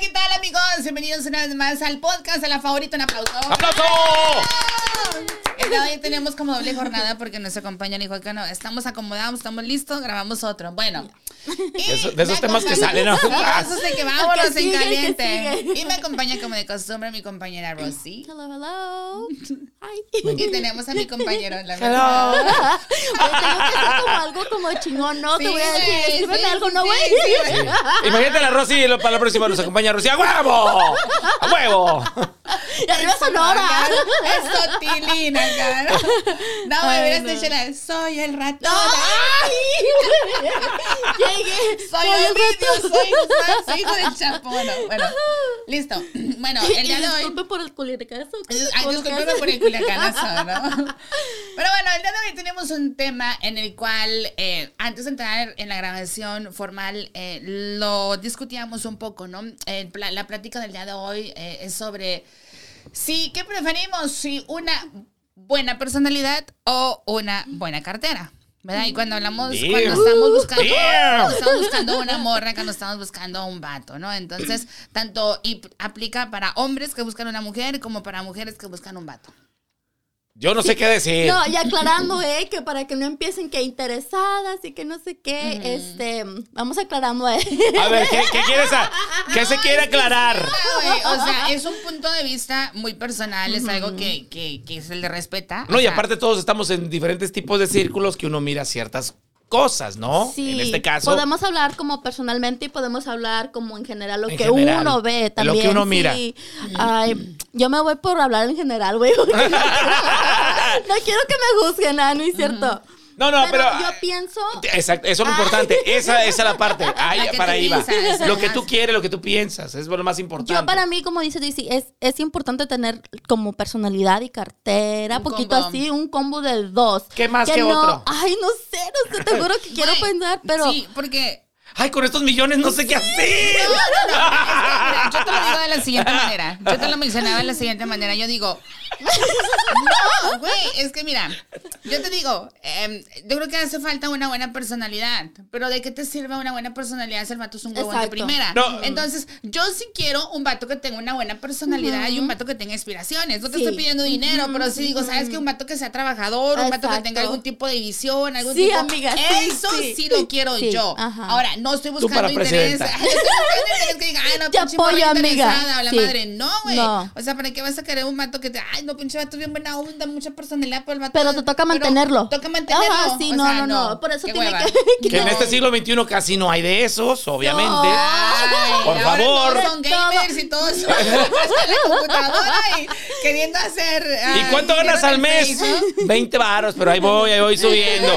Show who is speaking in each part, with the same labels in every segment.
Speaker 1: ¿qué tal amigos? Bienvenidos una vez más al podcast de la favorita. Un aplauso.
Speaker 2: ¡Aplauso!
Speaker 1: El día de hoy tenemos como doble jornada porque nos acompañan y que no, estamos acomodados, estamos listos, grabamos otro. Bueno. y
Speaker 2: De esos- de esos
Speaker 1: me
Speaker 2: temas que
Speaker 1: acompaña-
Speaker 2: salen, ¿no?
Speaker 1: De esos de que vámonos
Speaker 3: Que sigue,
Speaker 1: en
Speaker 3: que
Speaker 1: caliente.
Speaker 3: sigue.
Speaker 1: Y me acompaña como de costumbre mi compañera Rosy.
Speaker 3: Hello, hello. Ay.
Speaker 1: Y tenemos a mi compañero, la
Speaker 3: Hello.
Speaker 1: verdad.
Speaker 3: tengo que hacer como algo como chingón, ¿no? Te voy a decir,
Speaker 1: Sí, güey,
Speaker 3: escríbeme
Speaker 1: sí,
Speaker 3: algo, ¿no,
Speaker 1: sí,
Speaker 3: güey?
Speaker 1: sí, güey.
Speaker 2: Imagínate a la Rosy y lo- para la próxima nos acompaña Rosy. ¡A huevo! ¡A huevo!
Speaker 3: Y arriba Sonora.
Speaker 1: Es sotilina, cara. No, me
Speaker 3: Ay,
Speaker 1: hubieras
Speaker 3: no.
Speaker 1: dicho la de, soy el ratón.
Speaker 3: Ay. Llegué.
Speaker 1: Soy el ratón, soy soy hijo del chapono. Bueno, listo. Bueno, el día
Speaker 3: Y
Speaker 1: de hoy.
Speaker 3: Disculpe por el culircazo.
Speaker 1: Ay, discúlpeme por el culacanazo, ¿no? Pero bueno, el día de hoy tenemos un tema en el cual, eh, antes de entrar en la grabación formal, eh, lo discutíamos un poco, ¿no? El pla- la plática del día de hoy eh, es sobre si, ¿qué preferimos? Si una buena personalidad o una buena cartera. ¿Verdad? Y cuando hablamos,
Speaker 2: Damn.
Speaker 1: cuando estamos buscando,
Speaker 2: Damn.
Speaker 1: cuando estamos buscando una morra, cuando estamos buscando un vato, ¿no? Entonces, tanto y aplica para hombres que buscan una mujer como para mujeres que buscan un vato.
Speaker 2: Yo no sé qué decir.
Speaker 3: No, y aclarando, eh, que para que no empiecen que interesadas y que no sé qué, este, vamos aclarando, eh.
Speaker 2: A ver, ¿qué, qué quieres? a- ¿Qué se quiere aclarar?
Speaker 1: Ah, güey, O sea, es un punto de vista muy personal, es algo que, que, que se le respeta.
Speaker 2: No,
Speaker 1: O
Speaker 2: y
Speaker 1: sea,
Speaker 2: aparte todos estamos en diferentes tipos de círculos que uno mira ciertas cosas, ¿no?
Speaker 3: Sí,
Speaker 2: en este caso.
Speaker 3: Podemos hablar como personalmente y podemos hablar como en general lo
Speaker 2: En
Speaker 3: que
Speaker 2: general,
Speaker 3: uno ve
Speaker 2: lo
Speaker 3: también.
Speaker 2: que uno mira.
Speaker 3: sí. Ay, yo me voy por hablar en general, güey. porque No, no quiero que me juzguen, ah, no es cierto.
Speaker 2: No, no, pero.
Speaker 3: yo pienso.
Speaker 2: Exacto, eso es lo
Speaker 3: Ah.
Speaker 2: importante. Esa, esa es la parte. Ay,
Speaker 1: La que
Speaker 2: para
Speaker 1: tú
Speaker 2: ahí va.
Speaker 1: piensas,
Speaker 2: Lo que
Speaker 1: además.
Speaker 2: tú quieres, lo que tú piensas. Es lo más importante.
Speaker 3: Yo para mí, como dice Daisy, es, es importante tener como personalidad y cartera,
Speaker 1: Un
Speaker 3: poquito
Speaker 1: combo.
Speaker 3: así, un combo de dos.
Speaker 2: ¿Qué más que
Speaker 3: no,
Speaker 2: otro?
Speaker 3: Ay, no sé, no sé, te juro que quiero
Speaker 1: güey,
Speaker 3: pensar, pero...
Speaker 1: Sí, porque
Speaker 2: Ay, con estos millones no sé qué hacer.
Speaker 1: Mira, yo te lo digo de la siguiente manera. Yo te lo mencionaba de la siguiente manera. Yo digo, no, güey, es que mira, yo te digo, em, yo creo que hace falta una buena personalidad, pero ¿de qué te sirve una buena personalidad si el vato es un huevón de
Speaker 3: Exacto.
Speaker 1: primera?
Speaker 2: No.
Speaker 1: Entonces, yo sí quiero un vato que tenga una buena personalidad y un vato que tenga inspiraciones. No te
Speaker 3: Sí.
Speaker 1: estoy pidiendo dinero, pero sí digo, ¿sabes que Un vato que sea trabajador, un vato que
Speaker 3: Exacto.
Speaker 1: tenga algún tipo de visión, algún
Speaker 3: Sí,
Speaker 1: tipo...
Speaker 3: amiga, sí,
Speaker 1: Eso sí,
Speaker 3: sí.
Speaker 1: lo quiero
Speaker 3: Sí,
Speaker 1: yo.
Speaker 3: ajá.
Speaker 1: Ahora, no estoy
Speaker 2: Tú para
Speaker 1: buscando interés.
Speaker 2: presidenta.
Speaker 1: Yo estoy buscando interés que diga, ay, no,
Speaker 3: Te
Speaker 1: pinche morra
Speaker 3: apoyo, amiga.
Speaker 1: interesada, o la
Speaker 3: Sí.
Speaker 1: madre. No, güey.
Speaker 3: No.
Speaker 1: O sea, ¿para qué vas a querer un vato que te, ay, no, pinche vato bien buena onda, mucha personalidad, pero el vato.
Speaker 3: Pero te toca mantenerlo.
Speaker 1: Toca mantenerlo.
Speaker 3: Ajá, sí,
Speaker 1: O
Speaker 3: no,
Speaker 1: sea,
Speaker 3: no, no, Por eso
Speaker 1: qué
Speaker 3: tiene
Speaker 1: hueva.
Speaker 3: que.
Speaker 2: Que en este siglo XXI casi no hay de esos, obviamente.
Speaker 1: Ay,
Speaker 2: Por
Speaker 1: ahora
Speaker 2: favor.
Speaker 1: todos son gamers y todos son hasta la computadora y queriendo hacer. ay,
Speaker 2: ¿Y cuánto ganas
Speaker 1: dinero
Speaker 2: al
Speaker 1: en
Speaker 2: mes?
Speaker 1: Facebook.
Speaker 2: 20 varos, pero ahí voy, ahí voy subiendo.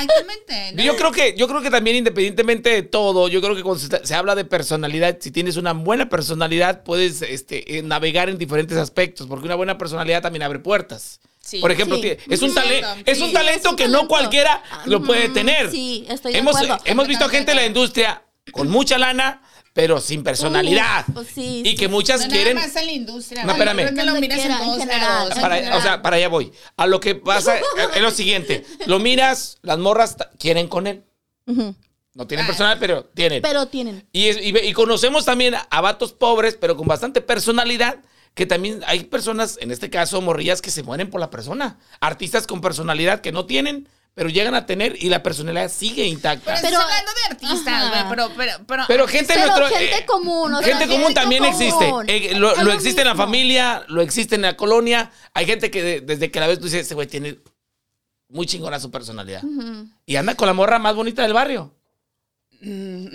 Speaker 1: Exactamente. ¿no?
Speaker 2: Yo creo que, yo creo que también independientemente de todo, yo creo que cuando se, está- se habla de personalidad, si tienes una buena personalidad, puedes este, eh, navegar en diferentes aspectos, porque una buena personalidad también abre puertas.
Speaker 1: Sí.
Speaker 2: Por ejemplo,
Speaker 3: Sí.
Speaker 2: tiene- es, un
Speaker 1: Sí,
Speaker 2: talento,
Speaker 1: sí,
Speaker 2: es un
Speaker 1: sí,
Speaker 2: talento
Speaker 3: es un
Speaker 2: que no
Speaker 3: talento.
Speaker 2: cualquiera lo puede
Speaker 3: Ujú,
Speaker 2: tener.
Speaker 3: sí, estoy de
Speaker 2: hemos, eh,
Speaker 3: acuerdo.
Speaker 2: Hemos visto
Speaker 1: Totalmente
Speaker 2: gente en la
Speaker 1: de
Speaker 2: industria con mucha lana, pero sin personalidad.
Speaker 3: pues sí,
Speaker 2: y
Speaker 3: sí.
Speaker 2: que muchas
Speaker 1: No,
Speaker 2: quieren...
Speaker 1: Nada más en la industria.
Speaker 2: No,
Speaker 1: güey.
Speaker 2: espérame.
Speaker 1: Creo que lo
Speaker 3: Donde
Speaker 1: miras en
Speaker 3: quiera, en
Speaker 1: todos
Speaker 3: general,
Speaker 1: lados.
Speaker 3: en
Speaker 2: Para,
Speaker 3: general.
Speaker 2: o sea, para allá voy. A lo que pasa eh, es lo siguiente. Lo miras, las morras ta- quieren con él.
Speaker 3: Ujú.
Speaker 2: No tienen
Speaker 1: Ah.
Speaker 2: personal, pero tienen.
Speaker 3: Pero tienen.
Speaker 2: y, es- y ve- y conocemos también a vatos pobres, pero con bastante personalidad, que también hay personas, en este caso morrillas, que se mueren por la persona. Artistas con personalidad que no tienen, pero llegan a tener y la personalidad sigue intacta.
Speaker 1: Pero,
Speaker 2: Pero,
Speaker 3: Pero-
Speaker 1: estás hablando de artistas,
Speaker 3: Ajá.
Speaker 1: güey, pero, pero, pero,
Speaker 2: gente,
Speaker 3: Pero
Speaker 2: nuestro,
Speaker 3: gente
Speaker 2: eh,
Speaker 3: común. o sea,
Speaker 2: gente común también
Speaker 3: común.
Speaker 2: existe. Eh, lo
Speaker 3: Es
Speaker 2: lo existe en la
Speaker 3: mismo.
Speaker 2: familia, lo existe en la colonia. Hay gente que de- desde que la ves tú dices, ese güey tiene muy chingona su personalidad.
Speaker 3: Ujú.
Speaker 2: Y anda con la morra más bonita del barrio.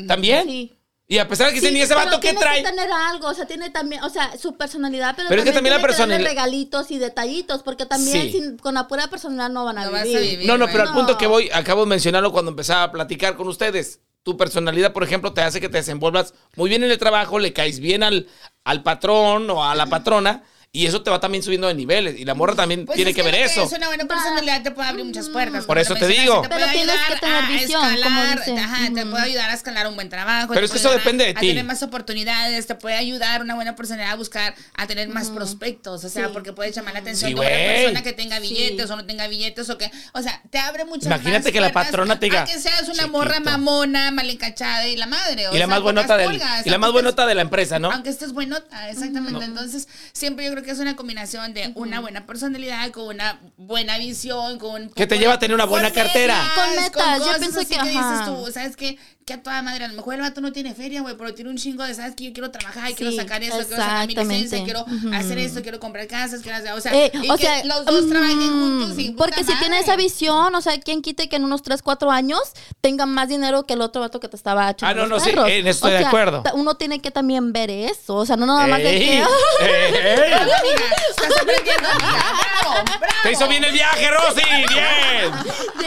Speaker 2: También.
Speaker 3: Sí.
Speaker 2: Y a pesar de que dicen,
Speaker 3: Sí,
Speaker 2: ¿y ese
Speaker 3: pero
Speaker 2: vato qué
Speaker 3: tiene que
Speaker 2: trae?
Speaker 3: tener algo, o sea, tiene también, o sea, su personalidad, pero,
Speaker 2: Pero es que también la
Speaker 3: tiene que darle
Speaker 2: personali-
Speaker 3: regalitos y detallitos, porque también
Speaker 2: Sí.
Speaker 3: sin- con la pura personalidad no van a
Speaker 1: No vas a
Speaker 3: vivir.
Speaker 1: vivir.
Speaker 2: No, no, pero al
Speaker 3: No.
Speaker 2: punto que voy, acabo de mencionarlo cuando empezaba a platicar con ustedes. Tu personalidad, por ejemplo, te hace que te desenvuelvas muy bien en el trabajo, le caes bien al, al patrón o a la patrona. Y eso te va también subiendo de niveles. Y la morra también
Speaker 1: Pues
Speaker 2: tiene
Speaker 1: es
Speaker 2: que ver
Speaker 1: lo
Speaker 2: eso.
Speaker 1: Es una buena personalidad, te puede abrir muchas puertas.
Speaker 2: Por
Speaker 1: como
Speaker 2: eso te
Speaker 1: mencionas,
Speaker 2: digo.
Speaker 1: Te
Speaker 3: Mm. Pero
Speaker 1: puede
Speaker 3: tienes
Speaker 1: ayudar
Speaker 3: que tener
Speaker 1: a
Speaker 3: visión, como
Speaker 1: escalar,
Speaker 3: dice.
Speaker 1: ajá, te puede ayudar a escalar un buen trabajo.
Speaker 2: Pero
Speaker 1: te
Speaker 2: es
Speaker 1: puede
Speaker 2: que eso
Speaker 1: ayudar
Speaker 2: depende de
Speaker 1: a
Speaker 2: ti.
Speaker 1: tener más oportunidades, te puede ayudar una buena personalidad a buscar, a tener más prospectos. O sea,
Speaker 3: Sí.
Speaker 1: porque puede llamar la atención
Speaker 2: Sí,
Speaker 1: de una
Speaker 2: güey.
Speaker 1: persona que tenga
Speaker 3: Sí.
Speaker 1: billetes o no tenga billetes o que. O sea, te abre muchas
Speaker 2: Imagínate
Speaker 1: más
Speaker 2: que la
Speaker 1: puertas
Speaker 2: patrona te
Speaker 1: a
Speaker 2: diga,
Speaker 1: que seas una
Speaker 2: "Chiquito".
Speaker 1: morra mamona, mal encachada y la madre. o
Speaker 2: Y la
Speaker 1: sea,
Speaker 2: más
Speaker 1: pocas
Speaker 2: buenota del,
Speaker 1: pulgas,
Speaker 2: y la
Speaker 1: aunque
Speaker 2: más
Speaker 1: estés-
Speaker 2: buenota de la empresa, ¿no?
Speaker 1: aunque estés buenota, exactamente. Entonces, siempre yo creo que es una combinación de una buena personalidad, con una buena visión, con... un
Speaker 2: Que te
Speaker 1: poco
Speaker 2: lleva
Speaker 1: de-
Speaker 2: a tener una buena cartera.
Speaker 3: Con metas, yo
Speaker 1: cosas
Speaker 3: pienso
Speaker 1: así
Speaker 3: que,
Speaker 1: dices
Speaker 3: ajá.
Speaker 1: tú, ¿sabes qué? Que a toda madre, a lo mejor el vato no tiene feria, güey, pero tiene un chingo de, ¿sabes qué? Yo quiero trabajar, y quiero
Speaker 3: Sí,
Speaker 1: sacar eso, quiero sacar mi
Speaker 3: exactamente.
Speaker 1: licencia, quiero
Speaker 3: Ujú.
Speaker 1: hacer esto, quiero comprar casas, quiero hacer... O sea,
Speaker 3: Eh,
Speaker 1: y
Speaker 3: o
Speaker 1: que
Speaker 3: sea,
Speaker 1: los dos
Speaker 3: mm,
Speaker 1: trabajen juntos y...
Speaker 3: Porque
Speaker 1: puta
Speaker 3: si tiene
Speaker 1: madre.
Speaker 3: esa visión, o sea, ¿quién quite que en unos 3, 4 años tenga más dinero que el otro vato que te estaba echando
Speaker 2: Ah, no,
Speaker 3: los
Speaker 2: no, sí,
Speaker 3: perros?
Speaker 2: en eso estoy
Speaker 3: O
Speaker 2: de
Speaker 3: sea,
Speaker 2: acuerdo.
Speaker 3: ta- Uno tiene que también ver eso, o sea, no nada más de
Speaker 2: Ey,
Speaker 3: que...
Speaker 2: ey.
Speaker 1: Amiga, estás aprendiendo, amiga. Bravo, Ah, bravo.
Speaker 2: Te hizo bien el viaje, Rosy. Bien.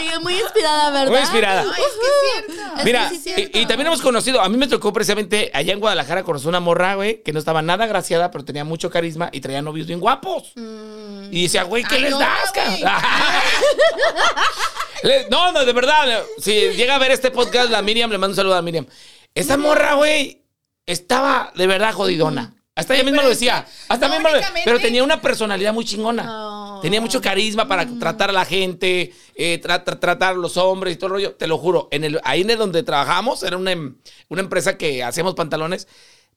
Speaker 3: Llegué muy inspirada, ¿verdad?
Speaker 2: Muy inspirada.
Speaker 1: Ay, es que es cierto.
Speaker 3: Es
Speaker 2: Mira,
Speaker 3: que sí es
Speaker 2: y,
Speaker 3: cierto.
Speaker 2: y también hemos conocido, a mí me tocó precisamente allá en Guadalajara conocí una morra, güey, que no estaba nada graciada, pero tenía mucho carisma y traía novios bien guapos. Y decía, güey, ¿qué
Speaker 1: Ay,
Speaker 2: les
Speaker 1: otra,
Speaker 2: das,
Speaker 1: güey.
Speaker 2: cabrón? Le- No, no, de verdad. le- Si llega a ver este podcast, la Miriam, le mando un saludo a Miriam. Esa morra, güey, estaba de verdad jodidona. Hasta ella misma
Speaker 1: pero
Speaker 2: lo
Speaker 1: es que,
Speaker 2: decía.
Speaker 1: no,
Speaker 2: Hasta ella misma lo
Speaker 1: únicamente-
Speaker 2: Pero tenía una personalidad muy chingona.
Speaker 3: Oh.
Speaker 2: Tenía mucho carisma para tratar a la gente, eh, tra- tra- tratar a los hombres y todo el rollo. Te lo juro, en el, ahí en el donde trabajamos, era una, em- una empresa que hacíamos pantalones.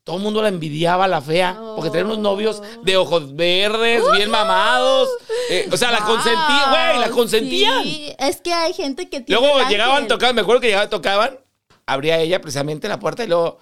Speaker 2: Todo el mundo la envidiaba, la fea, porque tenía unos novios de ojos verdes, bien mamados. Eh, o sea, la consentía, güey, la
Speaker 3: Wow,
Speaker 2: consentían.
Speaker 3: sí. Es que hay gente que tiene.
Speaker 2: Luego
Speaker 3: el
Speaker 2: llegaban,
Speaker 3: ángel.
Speaker 2: tocaban, me acuerdo que llegaban, tocaban, abría ella precisamente la puerta y luego,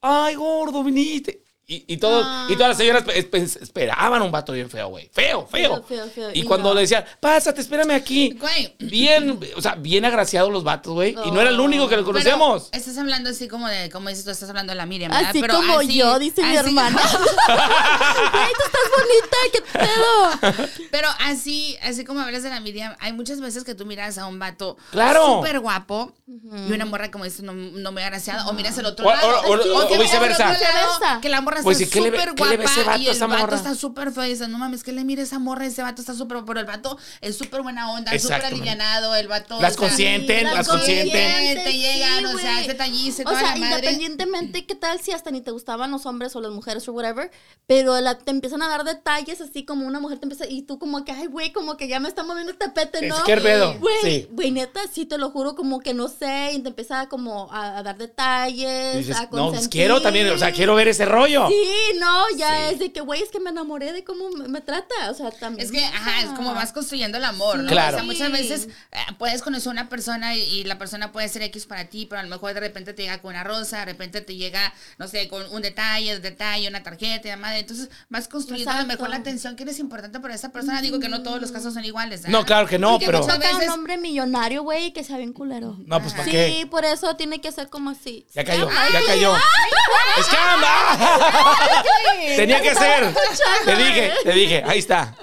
Speaker 2: ay, gordo, viniste. Y, y, todo, y todas las señoras pe- pe- esperaban un vato bien feo, güey. Feo, feo.
Speaker 3: Feo, feo, feo.
Speaker 2: Y,
Speaker 3: Y
Speaker 2: cuando
Speaker 3: no.
Speaker 2: le decían, pásate, espérame aquí.
Speaker 1: Güey.
Speaker 2: Bien, o sea, bien agraciados los vatos, güey. Y no era el único que lo
Speaker 1: Pero
Speaker 2: conocemos.
Speaker 1: estás hablando así como de, como dices tú, estás hablando de la Miriam, ¿verdad?
Speaker 3: Así
Speaker 1: Pero
Speaker 3: como
Speaker 1: así-
Speaker 3: yo, dice mi
Speaker 1: así-
Speaker 3: hermana. Ay, tú estás bonita, qué pedo.
Speaker 1: Pero así, así como hablas de la Miriam, hay muchas veces que tú miras a un vato
Speaker 2: Claro.
Speaker 1: súper guapo y una morra, como dices, no, no me agraciada. O miras el otro
Speaker 2: O- o-
Speaker 1: lado.
Speaker 2: o-
Speaker 1: que
Speaker 2: o-
Speaker 1: miras al
Speaker 2: viceversa.
Speaker 1: otro lado,
Speaker 3: Viceversa.
Speaker 1: Que la morra
Speaker 2: Pues, ¿y
Speaker 1: está
Speaker 2: qué le ve-
Speaker 1: súper
Speaker 2: qué le ve ese
Speaker 1: guapa y
Speaker 2: vato a
Speaker 1: el
Speaker 2: esa
Speaker 1: vato
Speaker 2: morra?
Speaker 1: está súper feo. Y dices, no mames, que le mire esa morra, ese vato está súper... Pero el vato es súper buena onda, súper
Speaker 2: Exactamente.
Speaker 1: alivianado, el vato...
Speaker 2: Las
Speaker 1: o sea,
Speaker 2: consienten,
Speaker 1: sí,
Speaker 2: las
Speaker 3: consienten.
Speaker 1: Te llegan,
Speaker 3: Sí,
Speaker 1: o
Speaker 3: güey.
Speaker 1: sea, es detallista,
Speaker 3: O
Speaker 1: toda
Speaker 3: sea,
Speaker 1: la madre.
Speaker 3: independientemente, ¿qué tal si hasta ni te gustaban los hombres o las mujeres o whatever? Pero la- te empiezan a dar detalles así como una mujer te empieza. Y tú, como que, ay, güey, como que ya me está moviendo el tapete, ¿no?
Speaker 2: Es que el pedo,
Speaker 3: Güey,
Speaker 2: sí.
Speaker 3: güey, neta, sí te lo juro, como que no sé. Y te empieza como a, a dar detalles.
Speaker 2: Y dices,
Speaker 3: a
Speaker 2: no, pues
Speaker 3: consentir".
Speaker 2: quiero también, o sea, quiero ver ese rollo.
Speaker 3: Sí, no, ya es de que, güey, es que me enamoré de cómo me, me trata. O sea, también.
Speaker 1: Es que, ajá, es como vas construyendo el amor, ¿no?
Speaker 2: Claro.
Speaker 1: O sea, muchas
Speaker 3: Sí.
Speaker 1: veces eh, puedes conocer a una persona y, y la persona puede ser X para ti, pero a lo mejor de repente te llega con una rosa, de repente te llega, no sé, con un detalle, un detalle, una tarjeta, y la madre. Entonces vas construyendo a lo
Speaker 3: Exacto.
Speaker 1: mejor la atención que eres importante para esa persona. Digo que no todos los casos son iguales. ¿ah?
Speaker 2: No, claro que no,
Speaker 1: Porque
Speaker 2: pero-
Speaker 1: muchas
Speaker 3: Toca un
Speaker 1: veces.
Speaker 3: hombre millonario, güey, que sea bien culero.
Speaker 2: No, pues, ¿para
Speaker 3: sí,
Speaker 2: qué?
Speaker 3: por eso tiene que ser como así.
Speaker 2: Ya cayó, ya cayó. ¡Es que anda! Tenía que ser. Te dije, te dije, ahí está.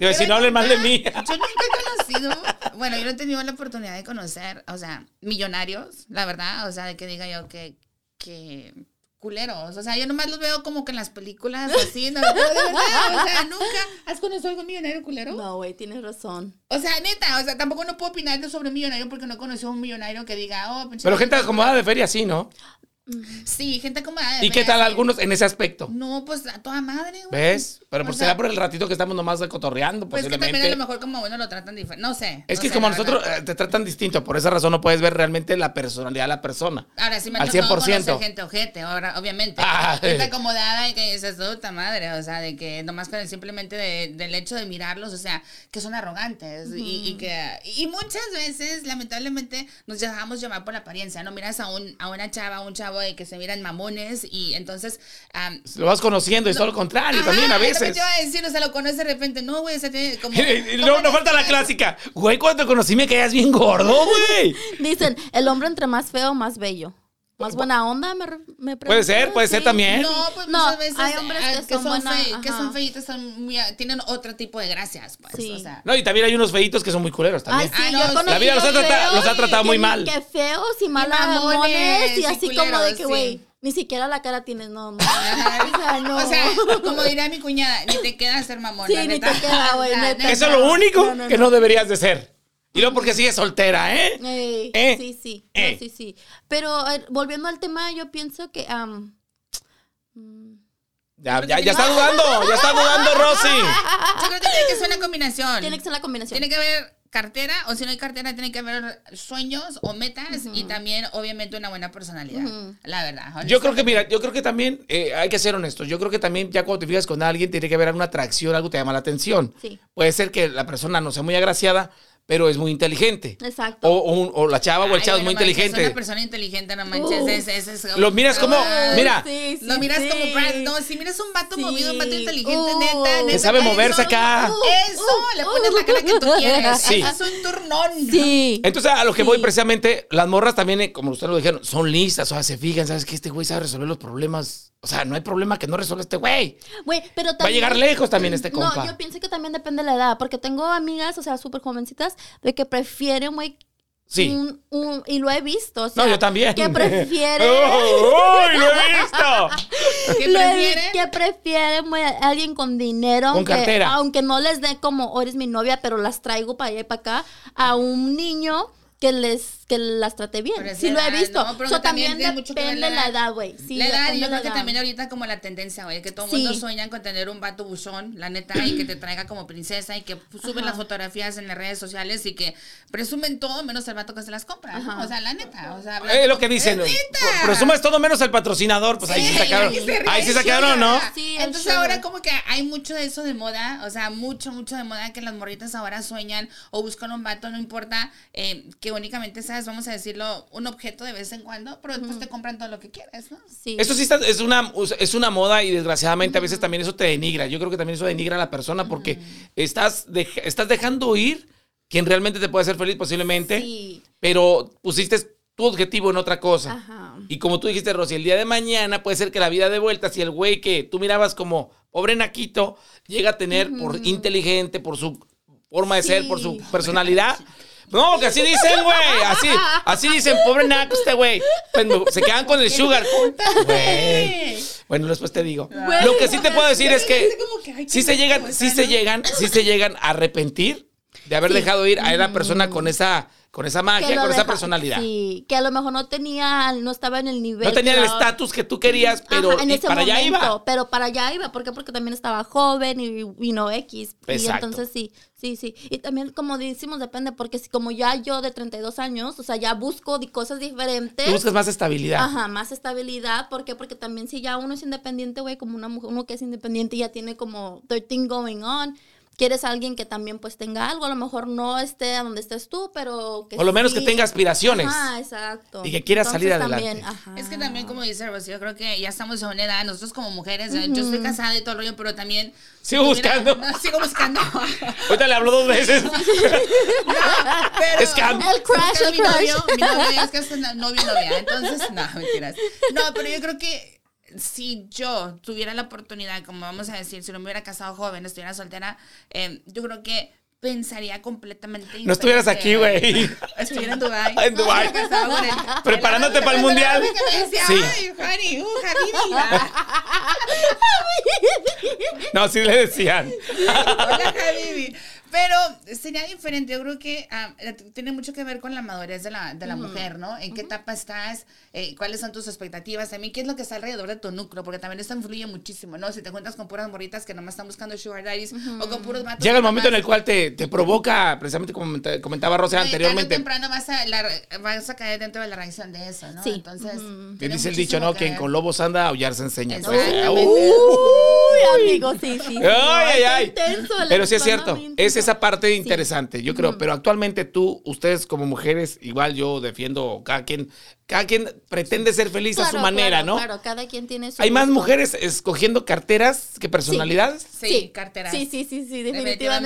Speaker 2: Digo, si no hablen mal de mí.
Speaker 1: Yo nunca he conocido, bueno, yo no he tenido la oportunidad de conocer, o sea, millonarios, la verdad, o sea, de que diga yo que, que culeros, o sea, yo nomás los veo como que en las películas, así, no, no, de verdad, o sea, nunca, ¿has conocido algún millonario culero?
Speaker 3: No, güey, tienes razón.
Speaker 1: O sea, neta, o sea, tampoco no puedo opinar sobre un millonario porque no he conocido a un millonario que diga, oh, pinche
Speaker 2: Pero gente
Speaker 1: rico.
Speaker 2: acomodada de feria, sí, ¿no?
Speaker 1: Sí, gente acomodada. de
Speaker 2: ¿Y qué
Speaker 1: veras,
Speaker 2: tal
Speaker 1: sí.
Speaker 2: algunos en ese aspecto?
Speaker 1: No, pues a toda madre, güey.
Speaker 2: ¿Ves? Pero
Speaker 1: O
Speaker 2: pues
Speaker 1: sea,
Speaker 2: será por el ratito que estamos nomás cotorreando,
Speaker 1: Pues que también a
Speaker 2: posiblemente.
Speaker 1: lo mejor como uno lo tratan diferente, no sé.
Speaker 2: Es
Speaker 1: no
Speaker 2: que
Speaker 1: sé,
Speaker 2: como
Speaker 1: la
Speaker 2: nosotros
Speaker 1: verdad.
Speaker 2: eh, te tratan distinto, por esa razón no puedes ver realmente la personalidad de la persona.
Speaker 1: Ahora sí me ha
Speaker 2: Al
Speaker 1: tocado
Speaker 2: 100%.
Speaker 1: conocer gente ojete, ahora, obviamente.
Speaker 2: Ah,
Speaker 1: gente
Speaker 2: eh.
Speaker 1: acomodada y que dices, puta madre, o sea, de que nomás con el simplemente de- del hecho de mirarlos, o sea, que son arrogantes y, y que... Y muchas veces, lamentablemente, nos dejamos llevar por la apariencia, ¿no? Miras a, un, a una chava, a un chavo de que se miran mamones y entonces... am,
Speaker 2: Pues, Lo vas conociendo y es todo lo contrario
Speaker 1: ajá, pues
Speaker 2: también a
Speaker 1: es lo que
Speaker 2: veces.
Speaker 1: te iba a decir, o sea, lo conoces de repente, no, güey, o sea, tiene como...
Speaker 2: Y luego no falta la clásica. Güey, cuando te conocí me caías bien gordo, güey.
Speaker 3: Dicen, el hombre entre más feo, más bello. Más buena onda, me, re- me
Speaker 2: Puede
Speaker 3: pregunto,
Speaker 2: ser, puede ser
Speaker 3: sí.
Speaker 2: también.
Speaker 1: No, pues
Speaker 3: No,
Speaker 1: muchas veces
Speaker 3: hay hombres
Speaker 1: ah,
Speaker 3: que son buena-
Speaker 1: fe- que
Speaker 3: ajá.
Speaker 1: son feitos, son muy- ah, tienen otro tipo de gracias, pues,
Speaker 3: Sí.
Speaker 1: o sea.
Speaker 2: No, y también hay unos feitos que son muy culeros también.
Speaker 3: Ay, Ah, sí,
Speaker 1: Ay,
Speaker 3: yo
Speaker 1: Ah, no,
Speaker 3: he conocido
Speaker 1: la
Speaker 2: vida los ha tratado-
Speaker 3: feos
Speaker 2: los ha tratado
Speaker 3: que-
Speaker 2: muy mal.
Speaker 3: Que feos y mal
Speaker 1: mamones,
Speaker 3: mamones y
Speaker 1: y
Speaker 3: así como
Speaker 1: culeros,
Speaker 3: de que, güey,
Speaker 1: sí.
Speaker 3: Ni siquiera la cara tienes, no, no.
Speaker 1: Ajá.
Speaker 3: O sea, no.
Speaker 1: O sea, como dirá mi cuñada, ni te queda ser mamón.
Speaker 3: Sí,
Speaker 1: la
Speaker 3: ni
Speaker 1: neta.
Speaker 3: te queda, güey,
Speaker 1: La
Speaker 3: neta. Ah,
Speaker 2: Eso es lo único
Speaker 3: No, no,
Speaker 2: que
Speaker 3: no.
Speaker 2: no deberías de ser. Y luego porque sigues soltera, ¿eh?
Speaker 3: Ey,
Speaker 2: Eh,
Speaker 3: sí, sí, no,
Speaker 2: eh.
Speaker 3: sí, sí. Pero a ver, volviendo al tema, yo pienso que... am, mm,
Speaker 2: Ya, ya, ya está dudando, ya está dudando Rosy.
Speaker 1: Yo creo que tiene que ser una combinación.
Speaker 3: ah. tiene que ser la combinación.
Speaker 1: Tiene que haber cartera, o si no hay cartera, tiene que haber sueños o metas y también, obviamente, una buena personalidad.
Speaker 3: Ujú.
Speaker 1: La verdad.
Speaker 2: Yo creo que, mira, yo creo que también eh, hay que ser honestos. Yo creo que también ya cuando te fijas con alguien tiene que haber alguna atracción, algo que te llama la atención.
Speaker 3: Sí.
Speaker 2: Puede ser que la persona no sea muy agraciada, pero es muy inteligente.
Speaker 3: Exacto.
Speaker 2: O, o un- o la chava o el
Speaker 1: Ay,
Speaker 2: chavo es
Speaker 1: bueno,
Speaker 2: muy
Speaker 1: manches,
Speaker 2: inteligente.
Speaker 1: Una persona inteligente, no manches.
Speaker 3: Uh.
Speaker 1: es- es- es-
Speaker 2: Lo miras como-
Speaker 1: Ah,
Speaker 2: mira,
Speaker 3: sí, sí,
Speaker 1: Lo miras
Speaker 3: sí.
Speaker 1: como Brad. No, si miras un vato
Speaker 3: Sí.
Speaker 1: movido, un vato inteligente,
Speaker 3: Uh.
Speaker 1: neta,
Speaker 3: Que
Speaker 1: neta.
Speaker 2: sabe
Speaker 1: eso-
Speaker 2: moverse acá.
Speaker 1: Eso,
Speaker 3: Uh,
Speaker 1: le pones
Speaker 3: uh,
Speaker 1: la cara que tú quieres.
Speaker 2: Sí.
Speaker 1: Eso es un turnón.
Speaker 3: Sí.
Speaker 2: Entonces, a lo que
Speaker 3: Sí.
Speaker 2: voy precisamente, las morras también, eh, como ustedes lo dijeron, son listas, o sea, se fijan, ¿sabes que Este güey sabe resolver los problemas. O sea, no hay problema que no resuelva este güey.
Speaker 3: Güey, pero
Speaker 2: Va a
Speaker 3: también-
Speaker 2: llegar lejos también este compa.
Speaker 3: No, yo pienso que también depende de la edad, porque tengo amigas, o sea, súper jovencitas, de que prefieren, güey,
Speaker 2: sí.
Speaker 3: un, un- y lo he visto, o Mm, sea,
Speaker 2: No, yo también.
Speaker 3: que prefieren,
Speaker 2: ¡Oh, ¡Uy, lo he visto!
Speaker 1: ¿Qué
Speaker 3: lo he-
Speaker 1: prefieres?
Speaker 3: que prefieren, güey, a alguien con dinero,
Speaker 2: Con
Speaker 3: aunque,
Speaker 2: cartera.
Speaker 3: aunque no les dé como, "Oh, eres mi novia, pero las traigo para allá y para acá, a un niño que les que las trate bien.
Speaker 1: Pero es
Speaker 3: sí
Speaker 1: la
Speaker 3: lo he
Speaker 1: edad,
Speaker 3: visto.
Speaker 1: ¿no? Pero
Speaker 3: Eso
Speaker 1: también
Speaker 3: también,
Speaker 1: tiene mucho que ver
Speaker 3: depende de
Speaker 1: la
Speaker 3: la edad, güey. Sí,
Speaker 1: la edad,
Speaker 3: depende
Speaker 1: yo
Speaker 3: de la
Speaker 1: creo que
Speaker 3: edad.
Speaker 1: también ahorita como la tendencia, güey, que todo el
Speaker 3: Sí.
Speaker 1: mundo sueña con tener un vato buzón, la neta, y que te traiga como princesa y que suben
Speaker 3: Ajá.
Speaker 1: las fotografías en las redes sociales y que presumen todo menos el vato que se las compra. ¿no?
Speaker 3: Ajá.
Speaker 1: O sea, la neta, o sea,
Speaker 2: Es lo que dicen.
Speaker 1: ¡Es neta!
Speaker 2: Pero sumas todo menos al patrocinador, pues ahí sí
Speaker 1: Sí,
Speaker 2: se quedaron.
Speaker 1: ahí se
Speaker 2: Ahí sí se
Speaker 1: reacciona.
Speaker 2: quedaron, ¿no?
Speaker 3: Sí, el
Speaker 1: Entonces
Speaker 3: sugar.
Speaker 1: ahora como que hay mucho de eso de moda, o sea, mucho, mucho de moda que las morritas ahora sueñan o buscan un vato, no importa eh, que únicamente seas, vamos a decirlo, un objeto de vez en cuando, pero después te compran todo lo que quieres, ¿no?
Speaker 3: Sí.
Speaker 2: Eso sí está- es, una, es una moda y desgraciadamente a veces también eso te denigra. Yo creo que también eso denigra a la persona porque estás, dej- estás dejando ir quien realmente te puede hacer feliz posiblemente,
Speaker 3: Sí.
Speaker 2: pero pusiste tu objetivo en otra cosa.
Speaker 3: Ajá.
Speaker 2: Y como tú dijiste, Rosy, el día de mañana puede ser que la vida de vuelta, si el güey que tú mirabas como pobre naquito, llega a tener por inteligente, por su forma de ser, por su
Speaker 3: Sí.
Speaker 2: personalidad. No, que así dicen, güey. Así, así dicen, pobre naco este güey. Pues, no, se quedan con el sugar. Güey. Bueno, después te digo.
Speaker 3: Güey,
Speaker 2: Lo que sí te
Speaker 3: o
Speaker 2: puedo
Speaker 3: sea,
Speaker 2: decir
Speaker 1: yo
Speaker 2: es
Speaker 1: me
Speaker 2: que
Speaker 1: quedé como que, ay,
Speaker 2: sí
Speaker 1: qué
Speaker 2: se
Speaker 1: loco,
Speaker 2: llegan,
Speaker 1: o
Speaker 2: sí
Speaker 1: sea,
Speaker 2: se
Speaker 1: ¿no?
Speaker 2: llegan, sí se llegan a arrepentir de haber dejado ir a
Speaker 1: Mm.
Speaker 2: la persona con esa, con esa
Speaker 3: Que
Speaker 2: magia,
Speaker 3: lo
Speaker 2: con esa
Speaker 3: deja-
Speaker 2: personalidad.
Speaker 3: Sí, que a lo mejor no tenía, no estaba en el nivel.
Speaker 2: No tenía el
Speaker 3: que ahora-
Speaker 2: estatus que tú querías, pero
Speaker 3: Ajá, en
Speaker 2: y
Speaker 3: ese
Speaker 2: para allá
Speaker 3: momento,
Speaker 2: iba.
Speaker 3: Pero para allá iba, ¿por qué? Porque también estaba joven y, y no X.
Speaker 2: Exacto.
Speaker 3: Y entonces sí, sí, sí. Y también, como decimos, depende, porque si como ya yo de 32 años, o sea, ya busco di- cosas diferentes.
Speaker 2: Tú buscas más estabilidad.
Speaker 3: Ajá, más estabilidad. ¿Por qué? Porque también si ya uno es independiente, güey, como una mujer, uno que es independiente ya tiene como 13 going on. Quieres a alguien que también pues tenga algo, a lo mejor no esté a donde estés tú, pero que
Speaker 2: Por lo menos que
Speaker 3: sí.
Speaker 2: tenga aspiraciones.
Speaker 3: Ajá, exacto.
Speaker 2: Y que quiera salir adelante.
Speaker 3: ajá.
Speaker 1: Es que también, como dice Rocío, creo que ya estamos a una edad, nosotros como mujeres, yo estoy casada y todo el rollo, pero también... si
Speaker 2: Sigo
Speaker 1: tuviera-
Speaker 2: buscando.
Speaker 1: No, sigo buscando.
Speaker 2: Ahorita le habló dos veces.
Speaker 1: Pero-
Speaker 2: Es cam-
Speaker 3: El crash, el
Speaker 1: mi
Speaker 3: crash.
Speaker 1: novio, mi novio, es que es una- novio, novia, entonces, no, mentiras. No, pero yo creo que si yo tuviera la oportunidad, como vamos a decir, si no me hubiera casado joven, estuviera soltera, eh, yo creo que pensaría completamente
Speaker 2: No estuvieras
Speaker 1: diferente.
Speaker 2: aquí, güey.
Speaker 1: Estuviera en Dubái.
Speaker 2: En Dubái.
Speaker 1: Estuviera casada con él.
Speaker 2: Preparándote
Speaker 1: Era
Speaker 2: para el
Speaker 1: lo que
Speaker 2: mundial.
Speaker 1: me decía,
Speaker 2: Sí.
Speaker 1: "Ay, Jari, uh, Habibi, ah,
Speaker 2: No, sí le decían.
Speaker 1: hola, Habibi". Pero sería diferente, yo creo que ah, tiene mucho que ver con la madurez de la, de la mujer, ¿no? ¿En qué etapa estás? Eh, ¿Cuáles son tus expectativas? También, ¿qué es lo que está alrededor de tu núcleo? Porque también eso influye muchísimo, ¿no? Si te cuentas con puras morritas que nomás están buscando sugar daddies o con puros vatos.
Speaker 2: Llega
Speaker 1: que
Speaker 2: el momento en
Speaker 1: nomás-
Speaker 2: el cual te, te provoca, precisamente como te comentaba Rosa
Speaker 1: Oye, Tarde o
Speaker 2: anteriormente.
Speaker 1: temprano vas a, la- vas a caer dentro de la reacción de eso, ¿no?
Speaker 3: Sí.
Speaker 1: Entonces.
Speaker 3: Ujú.
Speaker 2: Bien
Speaker 1: tiene
Speaker 2: dice el
Speaker 1: muchísimo
Speaker 2: dicho, ¿no?
Speaker 1: que
Speaker 2: Quien
Speaker 1: ver. Pues,
Speaker 2: con lobos anda, aullar se enseña.
Speaker 1: Exactamente.
Speaker 3: Uy, amigo, sí, sí. sí.
Speaker 2: Ay, ay,
Speaker 3: Está
Speaker 2: ay.
Speaker 3: intenso, el
Speaker 2: Pero sí es
Speaker 3: programa
Speaker 2: cierto,
Speaker 3: bien
Speaker 2: es
Speaker 3: intenso.
Speaker 2: esa parte interesante, yo creo. Pero actualmente tú, ustedes como mujeres, igual yo defiendo, cada quien, cada quien pretende ser feliz a su
Speaker 3: Claro,
Speaker 2: manera,
Speaker 3: claro,
Speaker 2: ¿no?
Speaker 3: Claro, cada quien tiene su.
Speaker 2: Hay más
Speaker 3: gusto.
Speaker 2: mujeres escogiendo carteras que personalidades.
Speaker 1: Sí, cartera.
Speaker 3: Sí, sí, sí, sí,
Speaker 1: Definitivamente.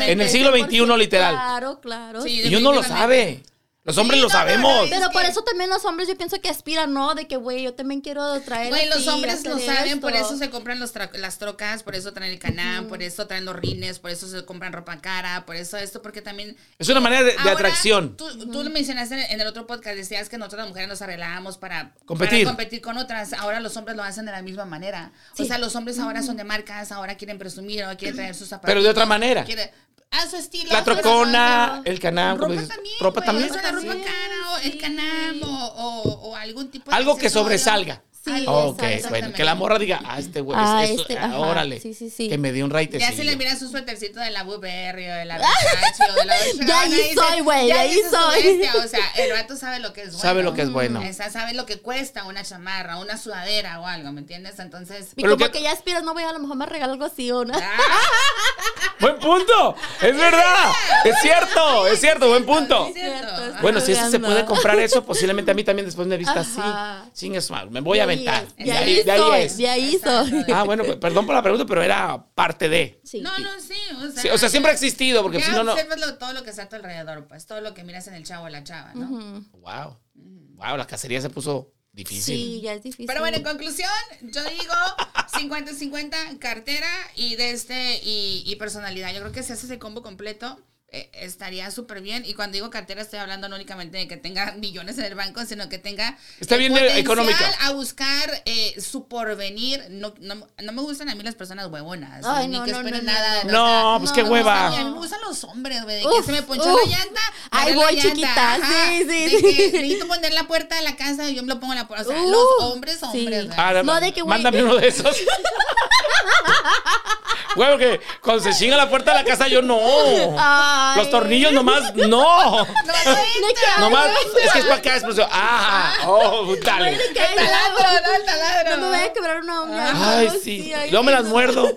Speaker 3: definitivamente.
Speaker 2: En el siglo XXI, literal.
Speaker 3: Claro, claro.
Speaker 1: Sí,
Speaker 2: Y uno lo
Speaker 1: definitivamente.
Speaker 2: sabe. Los hombres lo
Speaker 1: no, no, no,
Speaker 2: sabemos.
Speaker 1: es
Speaker 3: Pero por
Speaker 1: que-
Speaker 3: eso también los hombres yo pienso que aspiran, ¿no? De que, güey, yo también quiero traer
Speaker 1: Güey, los
Speaker 3: así,
Speaker 1: hombres
Speaker 3: hacer
Speaker 1: lo saben, por
Speaker 3: esto.
Speaker 1: eso se compran los tra- las trocas, por eso traen el canal, por eso traen los rines, por eso se compran ropa cara, por eso esto, porque también...
Speaker 2: Es una manera de, de
Speaker 1: Ahora,
Speaker 2: atracción.
Speaker 1: Tú, tú lo mencionaste en el otro podcast, decías que nosotros las mujeres nos arreglábamos para
Speaker 2: Competir.
Speaker 1: para competir con otras. Ahora los hombres lo hacen de la misma manera. O sea, los hombres ahora son de marcas, ahora quieren presumir, ahora quieren traer sus zapatos.
Speaker 2: Pero de otra manera.
Speaker 1: Quiere- a su estilo.
Speaker 2: La
Speaker 1: a su
Speaker 2: trocona,
Speaker 3: no, no.
Speaker 2: el canam, como
Speaker 1: Ropa
Speaker 2: dices,
Speaker 1: también.
Speaker 2: ropa
Speaker 1: güey,
Speaker 2: también.
Speaker 1: o sea, la ropa
Speaker 3: También,
Speaker 1: cara o el
Speaker 3: sí.
Speaker 1: canam o, o- o algún tipo de.
Speaker 2: Algo que
Speaker 1: accesorio.
Speaker 2: sobresalga.
Speaker 3: Sí,
Speaker 1: Algo
Speaker 2: Ok,
Speaker 1: que
Speaker 3: exacto.
Speaker 2: bueno,
Speaker 1: exactamente.
Speaker 2: que la morra diga, ah, este güey,
Speaker 3: Ah,
Speaker 2: es, eso,
Speaker 3: este,
Speaker 2: ah,
Speaker 3: ajá,
Speaker 2: órale,
Speaker 3: sí, sí, sí.
Speaker 2: que me dio un raite.
Speaker 1: Ya se le mira su suétercito de la Burberry o de la Versace o de la Dolce
Speaker 3: Ya ahí
Speaker 1: Gabbana, dice,
Speaker 3: soy, güey,
Speaker 1: ya
Speaker 3: ahí
Speaker 1: hice su
Speaker 3: soy.
Speaker 1: bestia. O sea, el vato sabe lo que es bueno.
Speaker 2: Sabe lo que es bueno.
Speaker 1: Esa sabe lo que cuesta una chamarra, una sudadera o algo, ¿me entiendes? Entonces.
Speaker 3: Y
Speaker 2: Pero
Speaker 3: como
Speaker 2: que-
Speaker 3: que... ya aspiras, no, güey, a lo mejor me regalo algo así o no.
Speaker 1: ah,
Speaker 2: ¡Buen punto! ¡Es verdad! ¡Es cierto! ¡Es cierto! ¡Buen punto!
Speaker 1: sí. cierto.
Speaker 3: está
Speaker 2: Bueno, si eso se
Speaker 3: colgando.
Speaker 2: puede comprar eso, posiblemente a mí también después me vista así.
Speaker 3: Ajá.
Speaker 2: Sin smile. Me voy a aventar.
Speaker 3: De
Speaker 2: De
Speaker 3: ahí,
Speaker 2: ahí, de ahí es.
Speaker 3: soy, de ahí
Speaker 1: Exacto.
Speaker 3: soy.
Speaker 2: Ah, bueno, pues, perdón por la pregunta, pero era parte de.
Speaker 3: Sí.
Speaker 1: no, no, sí. O sea,
Speaker 2: Sí, o sea, siempre ha
Speaker 1: ya-
Speaker 2: existido, porque
Speaker 1: ya
Speaker 2: si no, no.
Speaker 1: observas lo- todo lo que está a tu alrededor, pues todo lo que miras en el chavo o la chava, ¿no?
Speaker 2: Wow. Wow, la cacería se puso difícil.
Speaker 3: Sí, ya es difícil.
Speaker 1: Pero bueno, en conclusión, yo digo 50-50, cartera y de este y, y personalidad. Yo creo que si haces el combo completo, eh, estaría súper bien. Y cuando digo cartera, estoy hablando no únicamente de que tenga millones en el banco, sino que tenga
Speaker 2: Está
Speaker 1: el
Speaker 2: bien
Speaker 1: potencial
Speaker 2: económica.
Speaker 1: a buscar eh, su porvenir. No, no, no me gustan a mí las personas huevonas.
Speaker 3: Ay,
Speaker 1: ni
Speaker 3: no,
Speaker 1: que
Speaker 3: no,
Speaker 1: esperen
Speaker 3: no, no,
Speaker 1: nada. o
Speaker 3: no.
Speaker 1: sea,
Speaker 2: No, pues qué
Speaker 3: no,
Speaker 2: hueva.
Speaker 1: a mí me gustan los hombres, güey, de que
Speaker 3: Uf,
Speaker 1: se me ponchó
Speaker 3: uf.
Speaker 1: la llanta.
Speaker 3: Ahí
Speaker 1: arregla
Speaker 3: voy,
Speaker 1: la llanta,
Speaker 3: chiquita,
Speaker 1: ajá,
Speaker 3: sí, sí,
Speaker 1: de que
Speaker 3: sí.
Speaker 1: necesito poner la puerta de la casa y yo me lo pongo en la puerta. O sea,
Speaker 3: Uh,
Speaker 1: los hombres,
Speaker 3: sí.
Speaker 1: hombres. güey.
Speaker 2: Ah,
Speaker 3: No, de que, güey.
Speaker 2: Mándame uno de esos. Güey, porque cuando se chinga la puerta de la casa, yo no.
Speaker 3: Ay.
Speaker 2: Los tornillos nomás, no.
Speaker 1: No, no, no,
Speaker 3: Ay,
Speaker 2: Nomás, es que es para acá, es por eso. Ah, oh, dale.
Speaker 3: Ay, de que-
Speaker 1: el taladro, no, el taladro.
Speaker 3: No me voy a quebrar una uña.
Speaker 2: Ay,
Speaker 3: No,
Speaker 2: sí.
Speaker 3: ay,
Speaker 2: Yo me las
Speaker 3: no.
Speaker 2: muerdo.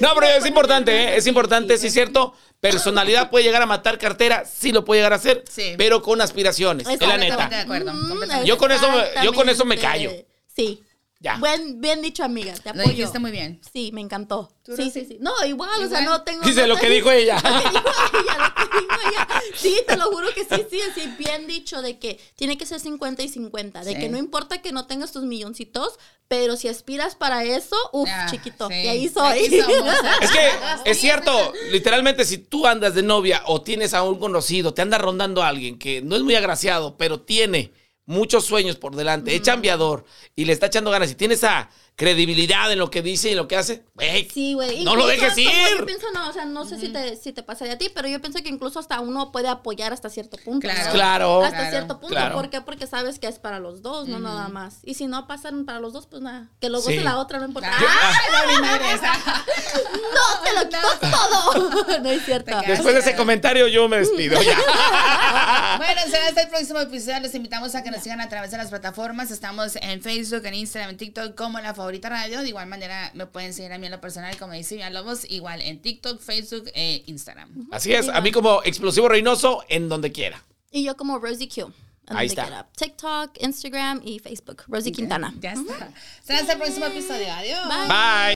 Speaker 2: No, pero es importante, ¿eh? Es importante, sí es cierto. Personalidad puede llegar a matar cartera, sí lo puede llegar a hacer,
Speaker 1: Sí.
Speaker 2: pero con aspiraciones, es la
Speaker 1: Completamente de
Speaker 2: neta.
Speaker 1: acuerdo.
Speaker 3: Mm,
Speaker 1: completamente.
Speaker 2: Yo con eso me- yo con eso me callo.
Speaker 3: exactamente. Sí.
Speaker 2: Ya.
Speaker 3: Buen, bien dicho, amiga. Te
Speaker 1: Lo
Speaker 3: apoyo.
Speaker 1: dijiste muy bien.
Speaker 3: Sí, me encantó.
Speaker 1: ¿Tú,
Speaker 3: Sí,
Speaker 1: Rosy?
Speaker 3: sí, sí. No, igual, o sea,
Speaker 1: Igual.
Speaker 3: no tengo.
Speaker 2: Dice
Speaker 3: no
Speaker 2: lo que
Speaker 3: tengo-
Speaker 2: dijo ella.
Speaker 3: Lo que dijo ella, lo que dijo ella. Sí, te lo juro que sí, sí, sí. Bien dicho de que tiene que ser 50 y 50. De
Speaker 1: Sí.
Speaker 3: que no importa que no tengas tus milloncitos, pero si aspiras para eso, uff,
Speaker 1: Ah,
Speaker 3: chiquito.
Speaker 1: sí.
Speaker 3: Y ahí
Speaker 1: Ahí
Speaker 3: soy.
Speaker 1: somos. ¿eh?
Speaker 2: Es que
Speaker 1: Ah,
Speaker 2: es cierto, literalmente si tú andas de novia o tienes a un conocido, te anda rondando a alguien que no es muy agraciado, pero tiene muchos sueños por delante, es chambeador y le está echando ganas y tiene esa credibilidad en lo que dice y en lo que hace, güey,
Speaker 3: Sí, güey.
Speaker 2: no lo
Speaker 3: Incluso,
Speaker 2: dejes
Speaker 3: como
Speaker 2: ir.
Speaker 3: Yo pienso, no, o sea, no sé si, te, si te pasaría a ti, pero yo pienso que incluso hasta uno puede apoyar hasta cierto punto.
Speaker 1: Claro.
Speaker 3: ¿no?
Speaker 2: Claro.
Speaker 3: Hasta
Speaker 1: Claro.
Speaker 3: cierto punto.
Speaker 2: Claro.
Speaker 3: ¿Por qué? Porque sabes que es para los dos, no nada más. Y si no pasan para los dos, pues nada. Que lo
Speaker 2: Sí.
Speaker 3: goce la otra, no importa.
Speaker 1: Ah, no, ni madre, esa.
Speaker 3: ¡No! ¡Te lo quitó todo! no es
Speaker 1: Te
Speaker 3: cierto.
Speaker 1: quedas-
Speaker 2: Después de ese comentario yo me despido. ya.
Speaker 1: Bueno, será hasta el próximo episodio. Les invitamos a que nos sigan a través de las plataformas. Estamos en Facebook, en Instagram, en TikTok como La Favorita Radio. De igual manera, me pueden seguir a mí en lo personal, como dice Villalobos, igual en TikTok, Facebook e Instagram.
Speaker 2: Así es, a mí como explosivo reinoso en donde quiera.
Speaker 3: Y yo como Rosie Q. en
Speaker 2: Ahí
Speaker 3: donde
Speaker 2: está.
Speaker 3: quiera. TikTok, Instagram y Facebook. Rosie Quintana.
Speaker 1: Ya está. Será hasta el próximo episodio. Adiós.
Speaker 3: Bye.
Speaker 2: Bye.